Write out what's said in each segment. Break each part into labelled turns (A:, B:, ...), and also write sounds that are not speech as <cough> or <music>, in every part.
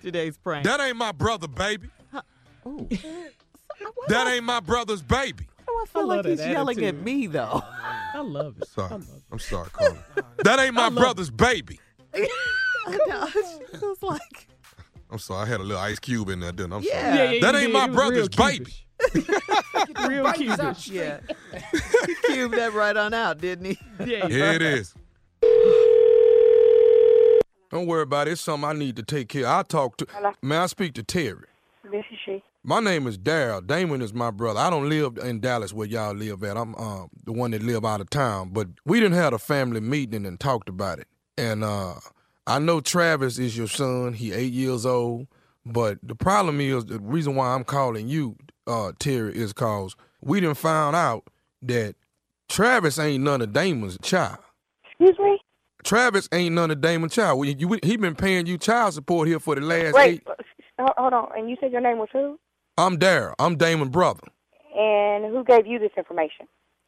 A: Today's prank.
B: That ain't my brother, baby.
A: Ooh.
B: <laughs> That ain't my brother's baby.
A: Oh, I feel
C: I
A: like
C: love
A: he's
C: that
A: yelling at
C: attitude.
A: me
C: <laughs>
A: though. <laughs>
C: I love it. I
B: Sorry.
C: love it.
B: I'm sorry, Carla. That ain't my brother's baby.
A: it was like,
B: I'm sorry. I had a little ice cube in there, didn't I? I'm
A: Yeah.
B: sorry.
C: you
B: That ain't
C: did.
B: my
C: It was real
B: brother's baby.
C: cubish. <laughs> real cubish.
A: yeah. <laughs> he cubed that right on out, didn't he?
C: Yeah.
B: Here it is. Don't worry about it. It's something I need to take care of. I talk to. May I speak to Terry?
D: This is she.
B: My name is Daryl. Damon is my brother. I don't live in Dallas where y'all live at. I'm uh, the one that live out of town. But we didn't have a family meeting and talked about it. And uh, I know Travis is your son. He eight years old. But the problem is the reason why I'm calling you, uh, Terry, is cause we didn't found out that Travis ain't none of Damon's child.
D: Excuse me?
B: Travis ain't none of Damon's child. We- you- we- he been paying you child support here for the last
D: Wait,
B: eight.
D: uh, hold hold on. And you said your name was who?
B: I'm Daryl. I'm Damon's brother.
D: And who gave you this information?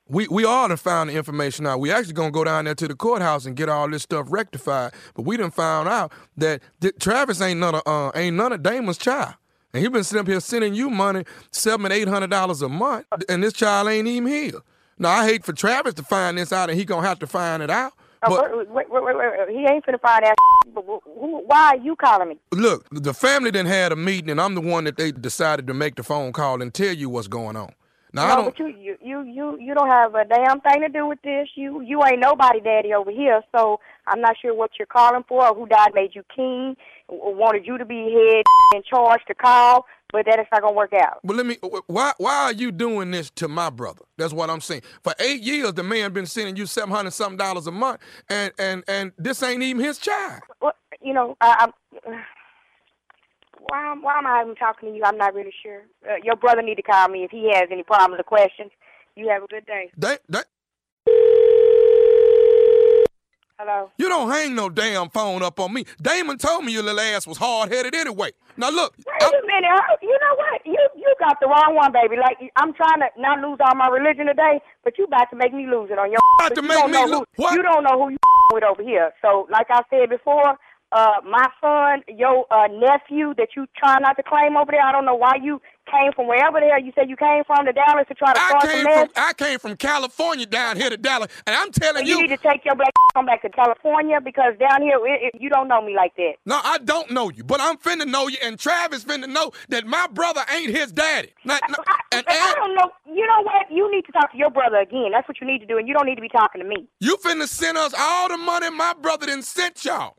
B: We we all done found the information out. We actually gonna go down there to the courthouse and get all this stuff rectified. But we done found out that th- Travis ain't none of uh, ain't none of Damon's child, and he been sitting up here sending you money seven eight hundred dollars a month, and this child ain't even here. Now I hate for Travis to find this out, and he gonna have to find it out.
D: Oh,
B: But
D: wait, wait, wait, wait, wait. He ain't finna find out. <laughs> But wh- who, why are you calling me?
B: look, the family done had a meeting, and I'm the one that they decided to make the phone call and tell you what's going on. Now I
D: no,
B: don't.
D: but you, you, you, you, you don't have a damn thing to do with this. You, you ain't nobody daddy over here. So I'm not sure what you're calling for or who died made you king, w- wanted you to be head <laughs> in charge to call. But that is not gonna work out.
B: But let me. uh, wh- Why why are you doing this to my brother? That's what I'm saying. For eight years, the man been sending you seven hundred something dollars a month, and and and this ain't even his child.
D: Well, you know, I, I'm. Why, am- why am I even talking to you? I'm not really sure. Uh, your brother need to call me if he has any problems or questions. You have a good day.
B: That that
D: Hello.
B: you don't hang no damn phone up on me. Damon told me your little ass was hard headed anyway. Now look,
D: Wait
B: I'm-
D: a minute. huh? You know what? You you got the wrong one, baby. Like I'm trying to not lose all my religion today, but you about to make me lose it on your.
B: About
D: but
B: to
D: you
B: make
D: don't
B: me
D: know
B: lo-
D: who-
B: what?
D: You don't know who you <laughs> with over here. So, like I said before, uh, my son, your uh, nephew that you try not to claim over there. I don't know why you came from wherever the hell you said you came from to Dallas to try to
B: I
D: start
B: came
D: some mess.
B: from uh, I came from California down here to Dallas, and I'm telling
D: you
B: you,
D: need to take your black <laughs> come back to California because down here it, it, you don't know me like that.
B: no, I don't know you, but I'm finna know you, and Travis finna know that my brother ain't his daddy. Now, now,
D: I,
B: and
D: I
B: and-
D: don't know. You know what? You need to talk to your brother again. That's what you need to do, and you don't need to be talking to me. <laughs>
B: You finna send us all the money my brother done sent y'all.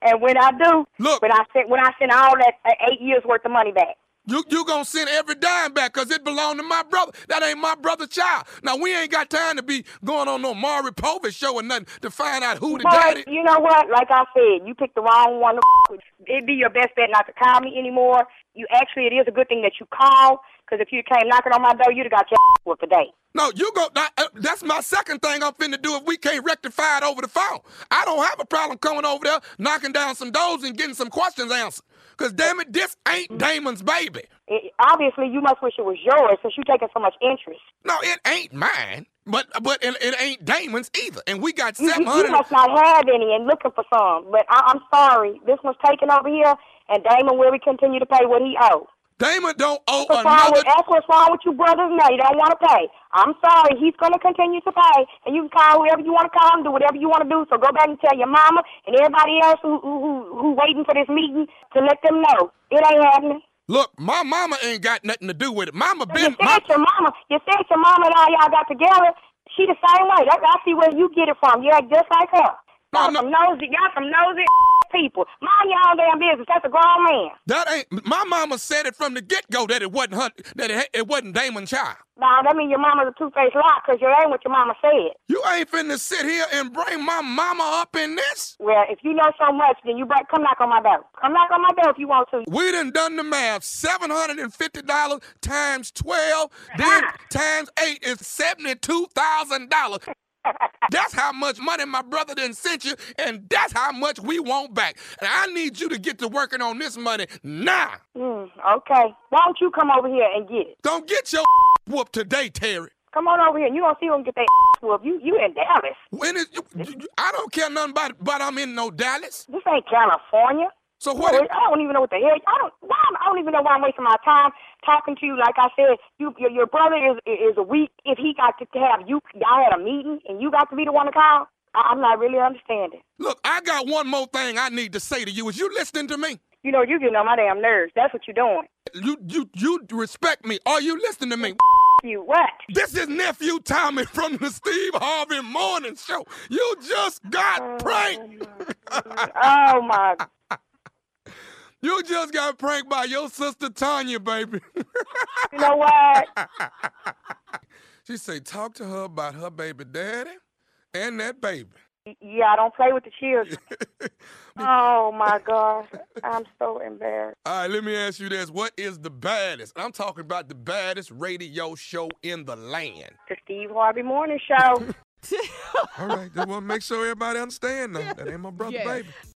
D: and when I do,
B: Look.
D: when I send when I send all that uh, eight years worth of money back.
B: You you gonna send every dime back because it belonged to my brother. That ain't my brother's child. Now we ain't got time to be going on no Maury Povich show or nothing to find out who the
D: But
B: daddy.
D: you know what? Like I said, you picked the wrong one. To f- with. It'd be your best bet not to call me anymore. You actually, it is a good thing that you called, because if you came knocking on my door, you'd have got your <laughs> ass whooped today.
B: No, you go. that- uh, That's my second thing I'm finna do if we can't rectify it over the phone. I don't have a problem coming over there, knocking down some doors and getting some questions answered. Cause damn it, this ain't Damon's baby.
D: It, obviously, you must wish it was yours since you're taking so much interest.
B: No, it ain't mine. But but it, it ain't Damon's either. And we got
D: You,
B: seven
D: you, you
B: hundred.
D: must not have any and looking for some. But I, I'm sorry, this was taken over here, and Damon will continue to pay what he owes.
B: Damon don't owe
D: What's wrong
B: another.
D: with, that's what's wrong with you brothers now. You don't want to pay. I'm sorry. He's going to continue to pay. And you can call whoever you want to call him, do whatever you want to do. So go back and tell your mama and everybody else who, who, who, who waiting for this meeting to let them know. It ain't happening.
B: Look, my mama ain't got nothing to do with it. Mama
D: You
B: been my,
D: said your mama, you said your mama and all y'all got together. She the same way. That, I see where you get it from. You act just like her.
B: No,
D: Y'all
B: no.
D: some nosy, y'all some nosy <laughs> people. Mind your own damn business. That's a grown man.
B: that ain't my mama said it from the get go that it wasn't her that it, it wasn't Damon Child.
D: Now that means your mama's a two-faced lie because you ain't what your mama said.
B: You ain't finna sit here and bring my mama up in this.
D: Well, if you know so much, then you better come knock on my door. Come knock on my door if you want to.
B: We done done the math. Seven hundred and fifty dollars times twelve, then times eight is seventy-two thousand dollars. That's how much money my brother done sent you, and that's how much we want back. And I need you to get to working on this money now.
D: Mm, okay. Why don't you come over here and get it?
B: Don't get your <laughs> whooped today, Terry.
D: Come on over here, and you gonna see them <laughs> get their whooped. You you in Dallas?
B: When is you- I don't care nothing about it, but I'm in no Dallas.
D: This ain't California.
B: So
D: I
B: what?
D: don't I don't even know what the hell. I don't. Why, am- I don't even know why I'm wasting my time talking to you. Like I said, you your, your brother is is a weak. If he got to have you, y'all had a meeting, and you got to be the one to call. I, I'm not really understanding.
B: Look, I got one more thing I need to say to you. Is you listening to me?
D: You know, you getting on my damn nerves. That's what you're doing.
B: You you you respect me. Are you listening to me?
D: You what?
B: This is nephew Tommy from the Steve Harvey Morning Show. You just got pranked.
D: Oh my.
B: You just got pranked by your sister Tanya, baby. <laughs>
D: You know what?
B: she say talk to her about her baby daddy and that baby.
D: Yeah, I don't play with the children. Oh my gosh, I'm so embarrassed.
B: All right, let me ask you this. What is the baddest? I'm talking about the baddest radio show in the land.
D: The Steve Harvey Morning Show.
B: All right, just want to make sure everybody understand now. That ain't my brother,
C: Yeah.
B: baby.